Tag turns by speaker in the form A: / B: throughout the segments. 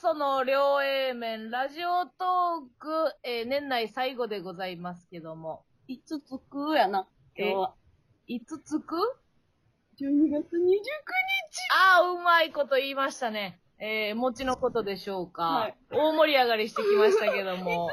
A: その両 A 面、ラジオトーク、えー年内最後でございますけども。
B: いつつくやな、今日は。
A: いつつく
B: 12月29日
A: ああ、うまいこと言いましたね。えー、餅のことでしょうか。
B: はい
A: 大盛り上がりしてきましたけども。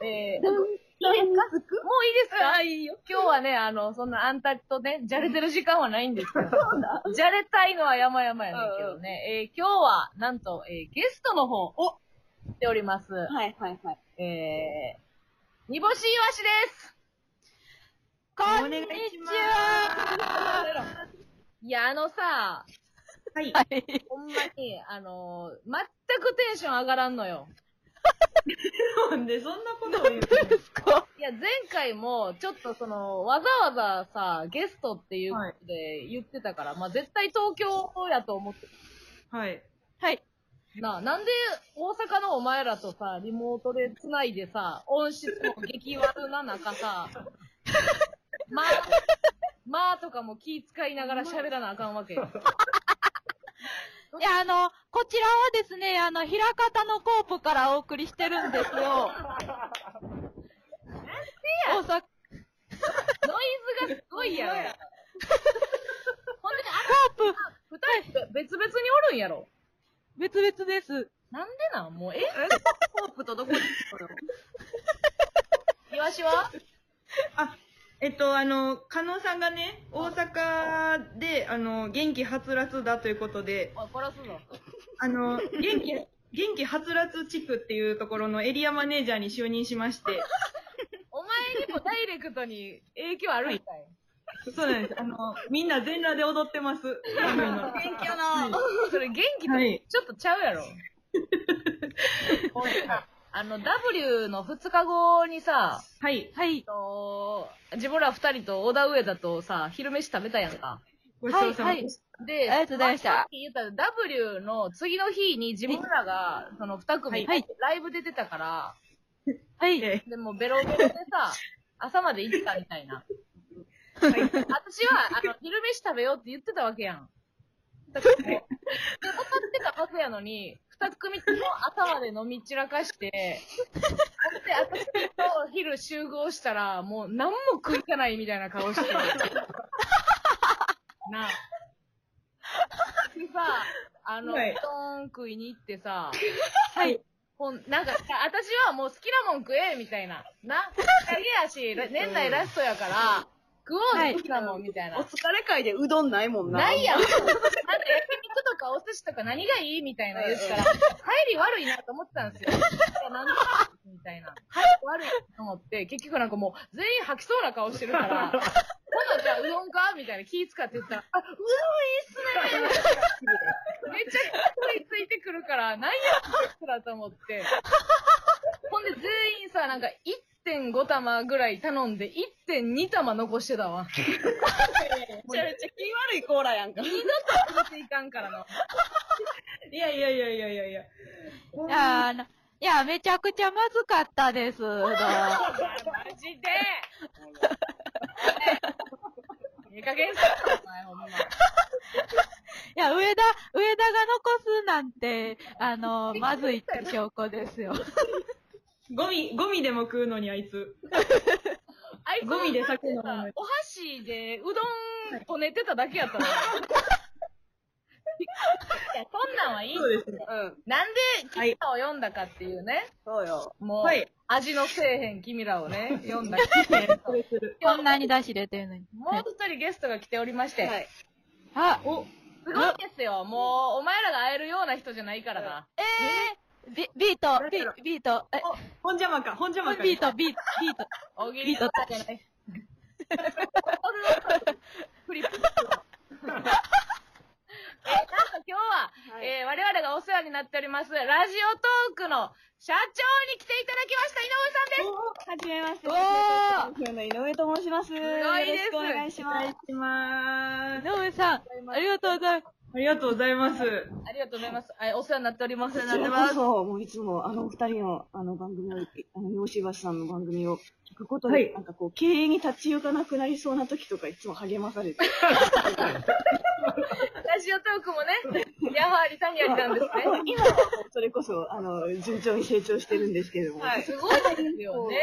A: えー、もう
B: いいですか
A: いいですか
B: いいよ。
A: 今日はね、あの、そんなあんたとね、じゃれてる時間はないんですけど。じゃれたいのは山々やねんけどね。えー、今日は、なんと、えー、ゲストの方、を来ております。
B: はいはいはい。
A: えー、煮干しいわしです
B: こんにちは
A: はいや、あのさ、
B: い
A: ほんまに、あのー全くテンション上がらんのよ。
B: なんでそんなことを言う
A: いや、前回も、ちょっとその、わざわざさ、ゲストっていうことで言ってたから、まあ絶対東京やと思って
C: はい。
B: はい。
A: なあ、なんで大阪のお前らとさ、リモートで繋いでさ、音質も激悪な中 さ、まあ、まあとかも気使いながら喋らなあかんわけよ。
D: いや、あの、こちらはですね、あの、平方のコープからお送りしてるんですよ。
A: ノイ
D: 大阪、
A: ズがすごいや ろ。ほんで、
D: コープ、
A: あれ、二人別々におるんやろ。
D: 別々です。
A: なんでなんもう、え
B: ホープとどこに
A: イワシは
C: あ、えっと、あの、加納さんがね、大阪で、あの、元気はつらつだということで、
A: おい、殺すぞ。
C: あの、元気、元気はつらつ地区っていうところのエリアマネージャーに就任しまして、
A: お前にもダイレクトに影響あるみたい。
C: そうなんです。あの、みんな全裸で踊って ます。
D: 元気やな
A: それ元気と
C: はい
A: ちょっとちゃう やろ。ほんなあの、W の2日後にさ、
C: はい。
D: はい
A: あ。のー自分ら二人と小田上田とさ、昼飯食べたやんか。
C: ごちそうさま
D: は
C: で
D: い
C: し
A: で、
D: ありがとうございました
A: さっき言った W の次の日に自分らが、その二組、
D: はい
A: ライブ出てたから、
D: はい。
C: た。
D: はい。
C: え
A: でもベロベロで さ、朝まで行ってたみたいな。私は、あの、昼飯食べようって言ってたわけやん。だからもう、で、分かってたはずやのに、二組とも朝まで飲み散らかして、ほんで、私と昼集合したら、もう何も食いかないみたいな顔 して。なあ。でさ、あの、う
C: はい
A: どん食いに行ってさ、
D: はい。
A: ほん、なんか、私はもう好きなもん食え、みたいな。な、日陰や し、ら年内ラストやから、食おう
D: は
A: ぜ、
D: い
A: 好きなもん、みたい
B: お
A: な。
B: 疲れ会でうどんないもんな。
A: ないやん。なんか焼肉とかお寿司とか何がいいみたいな言うから、入り悪いなと思ってたんです よ。いやなんでみたいな。入り悪いと思って、結局なんかもう全員吐きそうな顔してる から、今度じゃあうどんかみたいな気使って言ったら、あ、うどんいいっすねめっちゃ食いついてくるから、なんやこいつらと思って。ほんで全員さ、なんか1.5玉ぐらい頼んで、1.2玉残して たわ。
B: めちゃめちゃ気悪いコーラやんか。
A: 食べていかんからの。
C: いやいやいやいやいやいや。
D: いや、あの、いや、めちゃくちゃまずかったです。どうも
A: マジでええ加減さ、お前ほんま。
D: いや、上田、上田が残すなんて、あの、まずいって証拠ですよ。
C: ゴミ、ゴミでも食うのにあいつ。
A: あいつ
C: ゴミで酒飲むのに
A: お箸でうどんこねてただけやったの。いや、そんなんはいい。
C: そうですね。
B: うん。
A: なんで、君らを読んだかっていうね。
B: そうよ。
A: もう、
C: はい
A: 味のせえへん君らをね、読んだ。
C: それする。
D: こんなに出し入れてるのに。
A: もう一人ゲストが来ておりまして。
B: はい。
D: あ、
C: お、
A: すごいですよ。もう、お前らが会えるような人じゃないからな。
D: ええー、ビ、ビート、ビ、ビート、え、
C: お、本邪魔か、本邪魔か。
D: ビート、ビート、ビート。
A: 大喜
D: ビ
A: 利
D: ート
A: じゃない。フリップ。えー、なんと今日は、
B: はい
A: えー我々がお世話になっております、ラジオトークの社長に来ていただきました、井上さんで
B: はじめまして。
D: おー
B: ーの井上と申します。
A: ごいです
B: よろしくお願いします。
C: します。
D: 井上さん、ありがとうございます。
C: ありがとうございます。
A: ありがとうございます。はいお世話になっております。
C: お世
E: そ
C: 話
E: れ
C: になって
E: こ
C: ます
E: そ、もういつも、あの、お二人の、あの、番組を、あの、吉橋さんの番組を聞くことで、
C: はい
E: なんかこう、経営に立ち行かなくなりそうな時とか、いつも励まされて、
A: ラジオトークもね、やはりさんやりたんですね。
E: 今はもうそれこそ、あの、順調に成長してるんですけれども、
C: はい
A: すごいですよね。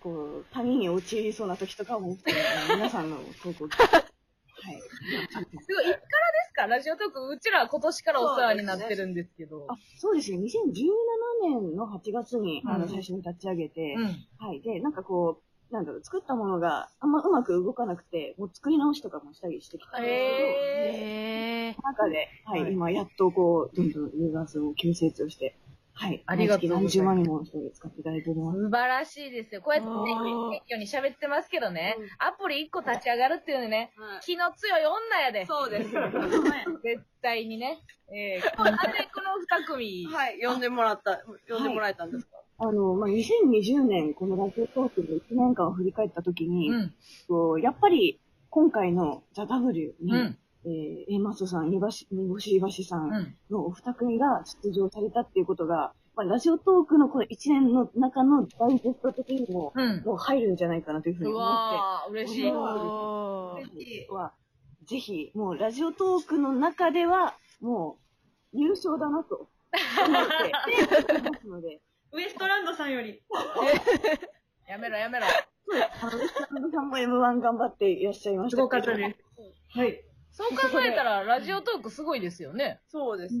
E: こう、谷に陥りそうな時とかも、あの皆さんの投稿を聞いて、はい。
A: すごい、いつからですかラジオトーク、うちらは今年からお世話になってるんですけど。
E: あそうですね、2017年の8月に、あ
A: う
E: の、
A: ん
E: 最初に立ち上げて、
A: うん。
E: はい。で、なんかこう、なんだろう、作ったものがあんまうまく動かなくて、もう作り直しとかもしたりしてきたんですけど、
A: へえ。
E: その中で、はい、
A: はい
E: 今やっとこう、どんどんユーザー数を急成長して、はい。
A: ありがとうござい
E: 毎
A: ま
E: 月
A: す
E: 何十万人もの人に使っていただいております。
A: 素晴らしいですよ。こうやってね、謙虚に喋ってますけどね、アプリ1個立ち上がるっていうのね、気の強い女やで。
B: そう です。
A: 絶対にね。えー、この2組。
B: はい、呼んでもらった、呼んでもらえたんですか
E: あの、まあ、2020年、このラジオトークの1年間を振り返ったときに、
A: うん。
E: こうやっぱり、今回のザ・ W に、
A: うん。
E: えー、A マストさん、煮干し煮干し橋さん、
A: うん。
E: のお二組が出場されたっていうことが、まあ、ラジオトークのこの一年の中のダイジェスト的にも、
A: うん。
E: もう入るんじゃないかなというふうに
A: う
E: 思っ
A: わー、嬉しい。
E: うわ
D: おー
E: て、は、ぜひ、もうラジオトークの中では、もう、優勝だなと思 って、いますので、
C: ウエストランドさんより。
A: やめろやめろ。
E: あの、神田さんも M1 頑張っていらっしゃいまし
C: す
E: たけど
C: ごかったです。はい。
A: そう考えたら、ラジオトークすごいですよね。
B: そうです。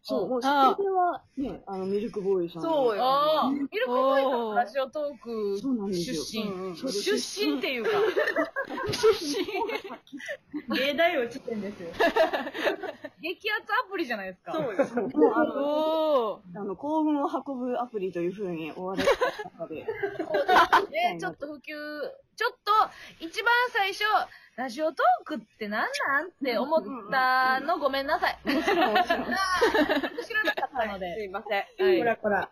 E: そう、もう、そこでは、ね、あの、ミルクボーイさん。
B: そうよ
A: ああ、ミルクボーイさんのラジオトーク
E: そうなんです
A: 出
E: よ。
A: 身。
B: うんうん
E: そうです
A: 出身っていうか、
C: 芸大を地点ですよ。
A: 激アツアプリじゃないですか。
B: そうよ。
E: もう、あの、
D: おー
E: あの、幸運を運ぶアプリというふうに追われてた中で、
A: そうですね。ちょっと普及、ちょっと、一番最初、ラジオトークってなんなんって思ったのごめんなさい。
E: もちろん、もちろん
A: 知らなかったの
B: す
A: で。
B: いません。
A: はい
C: こらこら。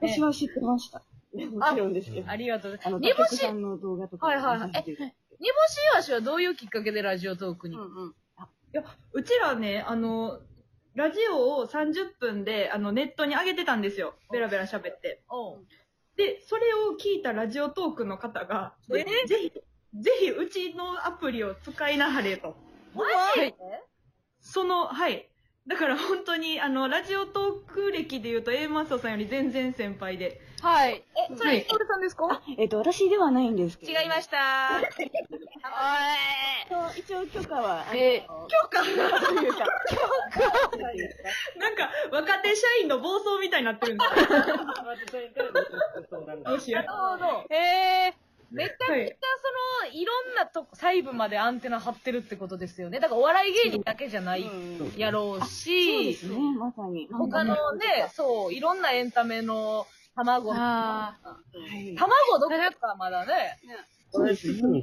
E: 私は知ってました。もちろんですけど。
A: ありがとうござ
E: あ
A: います。
E: の、煮
A: 煮
E: 干
A: 干
E: し
A: し、
E: さんの動画とか。
A: はいはいはい
E: 見させてい
A: 煮干しイワシはどういうきっかけでラジオトーク
B: うん
A: に
B: うん。
C: いや、うちらね、あの、ラジオを30分で、あの、ネットに上げてたんですよ。ベラベラ喋って。
A: おう
C: で、それを聞いたラジオトークの方が、ぜひ、ぜひ、うちのアプリを使いなはれと。
A: マジで
C: その、はい。だから本当に、あの、ラジオトーク歴で言うと、A マストさんより全然先輩で。
D: はい。
A: え、それ、ヒカルさんですか
E: てえっと、私ではないんですけど。
A: 違いました。
D: お
E: た。一応許可は、あ
D: い
E: の
D: え
E: というか、
C: なんか、若手社員の暴走みたいになってるんで すよ。どうしよう。
A: なるほど。
D: ー、え
A: めちゃくちゃ、
C: はい
A: その、いろんなとこ、細部までアンテナ張ってるってことですよね。だから、お笑い芸人だけじゃないやろう
E: そうで
A: し、
E: すね、まさに。
A: 他のね、そう、いろんなエンタメの
D: ー、
A: 卵。
D: あ
E: はい。
A: 卵どこですかまだね。
E: そうですね。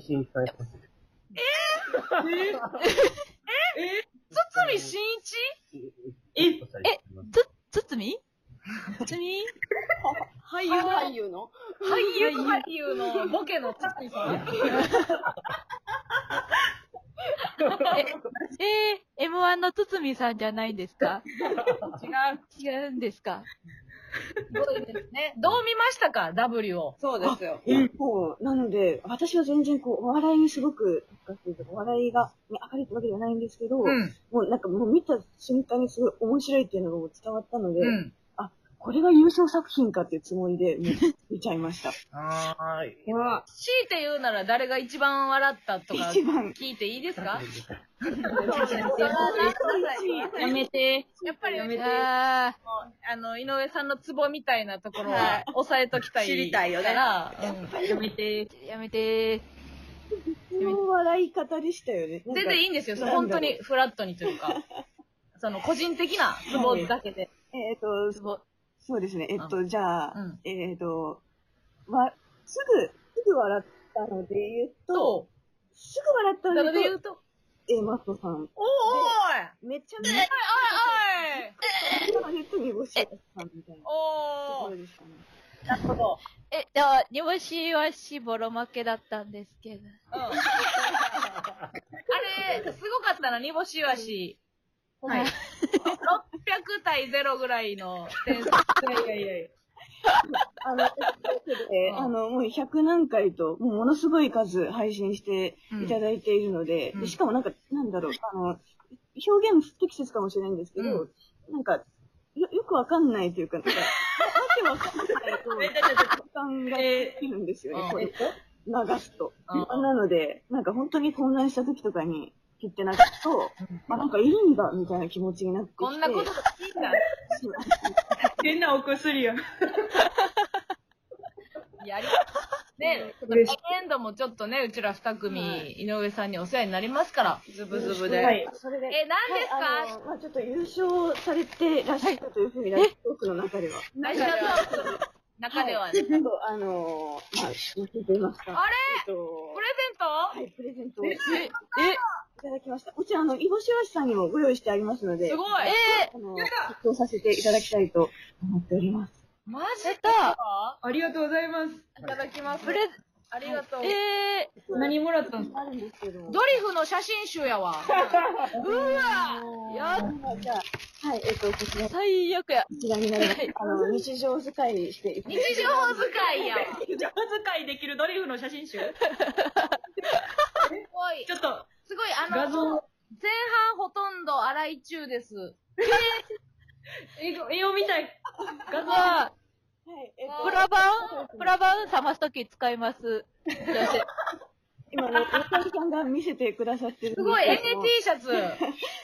A: 堤真一
C: え、
D: ーつ、つつみつみ
B: 俳優俳優の
A: 俳優俳優のボケの堤さん。
D: えー、M1 のつつみさんじゃないんですか 違う。違うんですか
A: そうですね。 どう見ましたか ?W を。
B: そうですよ。
E: もう、なので、私は全然こう、お笑いにすごく、なんかこうお笑いが、ね、明るいってわけではないんですけど、
A: うん。
E: もうなんかもう見た瞬間にすごい面白いっていうのがもう伝わったので、
A: うん。
E: これが優勝作品かっていうつもりで、もう 見ちゃいました。
F: はーい。
A: 強いて言うなら誰が一番笑ったとか
E: 一番。
A: 聞いていいですか
D: やめて。
A: やっぱり、やっぱり
D: あ
A: あの、井上さんのツボみたいなところを
B: はい
A: 押さえときたい。
B: 知りたいよね
A: から、
D: ーやめて。やめて。
E: の笑い方でしたよね。
A: うん全然いいんですよ。
E: なんだろう
A: 本当にフラットにというか、その個人的なツボだけで。
E: えっ、と、
A: ツボ。
E: そうですね。えっ、と、じゃあ、
A: うん
E: えっ、と、わ、すぐ、すぐ笑ったので言うと、
A: と、
E: すぐ笑った
A: な
E: の
A: の
E: で
A: で言
E: 言う
A: うと、
E: と、えー、マットさん。
A: おー
E: めちゃめちゃ、ネットにごしさんみたいなと
A: おいお
E: ころ
A: い
E: ですかね。
A: なるほど。
D: え、では、煮干しはしボロ負けだったんですけど。
A: うんあれ、すごかったな、煮干しわし。
C: はい。
A: 600対0ぐらいの点数。
C: いやいやいや。
E: あの、えあの、もう100何回と、もうものすごい数配信していただいているので、
A: うん
E: でしかもなんか、なんだろう、あの、表現不適切かもしれないんですけど、なんか、よ、よくわかんないというか、なんか、わけわかんないと、時間ができるんですよね、
A: えー
E: これ。流すと。
A: うん
E: なので、なんか本当に混乱した時とかに、切ってなくと、あ、なんかいいんだ、みたいな気持ちになってきて。
A: こんなことがいいんだ。
E: そう
C: 変なお薬や。
A: やりねえ、
C: 嬉しい
A: エンドもちょっとね、うちら二組、井上さんにお世話になりますから、ズブズブで。
C: はい
E: それで
A: え、何ですか、
E: はいあのまあ、ちょっと優勝されてらっしゃったというふうに、ラジオトークの中では。
A: ラジオトークの中ではね。
E: いちょっと、あのー、まあ、教えていますか。
A: あれ
E: えっ
A: プ
E: と
A: レゼント
E: はい、プレゼントをい
D: え、え、
E: ただきました。こちら、あの、イボシワシさんにもご用意してありますので、
A: すごい。
D: え
E: あの、発表させていただきたいと思っております。
A: マジ
D: やっ
A: で
D: た
C: ありがとうございます。
A: いただきます。
D: プレ、
A: ありがとう。
D: え
C: 何もらったん です
E: あるんですけども。
A: ドリフの写真集やわ。
D: ー、うわ
E: う
D: やっ
E: じゃあ、はい、えっと、こちら、こ
D: 最悪や。
E: ちらになります。あの、日常使いしていただ
A: 日
E: い
A: 常
E: て
A: 使いやわ。す
C: 上使いできるドリフの写真集ちょ
A: ごい。
C: っと、
A: すごい、あの、
C: 画像
A: 前半ほとんど洗い中です。
C: 絵を絵を見たい。
D: う
E: は
D: わ
E: い、えっ
D: プラバン、プラバン冷ますとき使います。私
E: 今、あの、ゆかりさんが見せてくださってるんです
A: ごい、
E: けども
A: NT シャツ。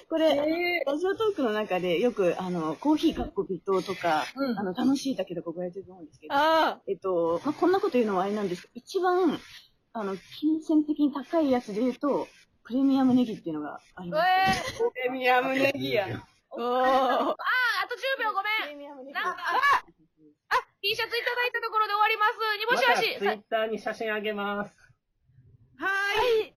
E: これ、ラジオトークの中でよく、あの、コーヒーかっこ微糖とか、
A: うん
E: あの、楽しいだけとかごやってると思うんですけど、
D: あ
E: えっと、まあ、こんなこと言うのはあれなんですけど、一番、あの、金銭的に高いやつで言うと、プレミアムネギっていうのがあり
A: え
E: ます。
A: ー、
C: プレミアムネギや。
D: あ、おー
A: あと10秒ごめん。
E: レミアムネ
A: なんか、あ T シャツいただいたところで終わります。煮干し足。
F: またツイッターに写真あげます。
C: は
D: はい、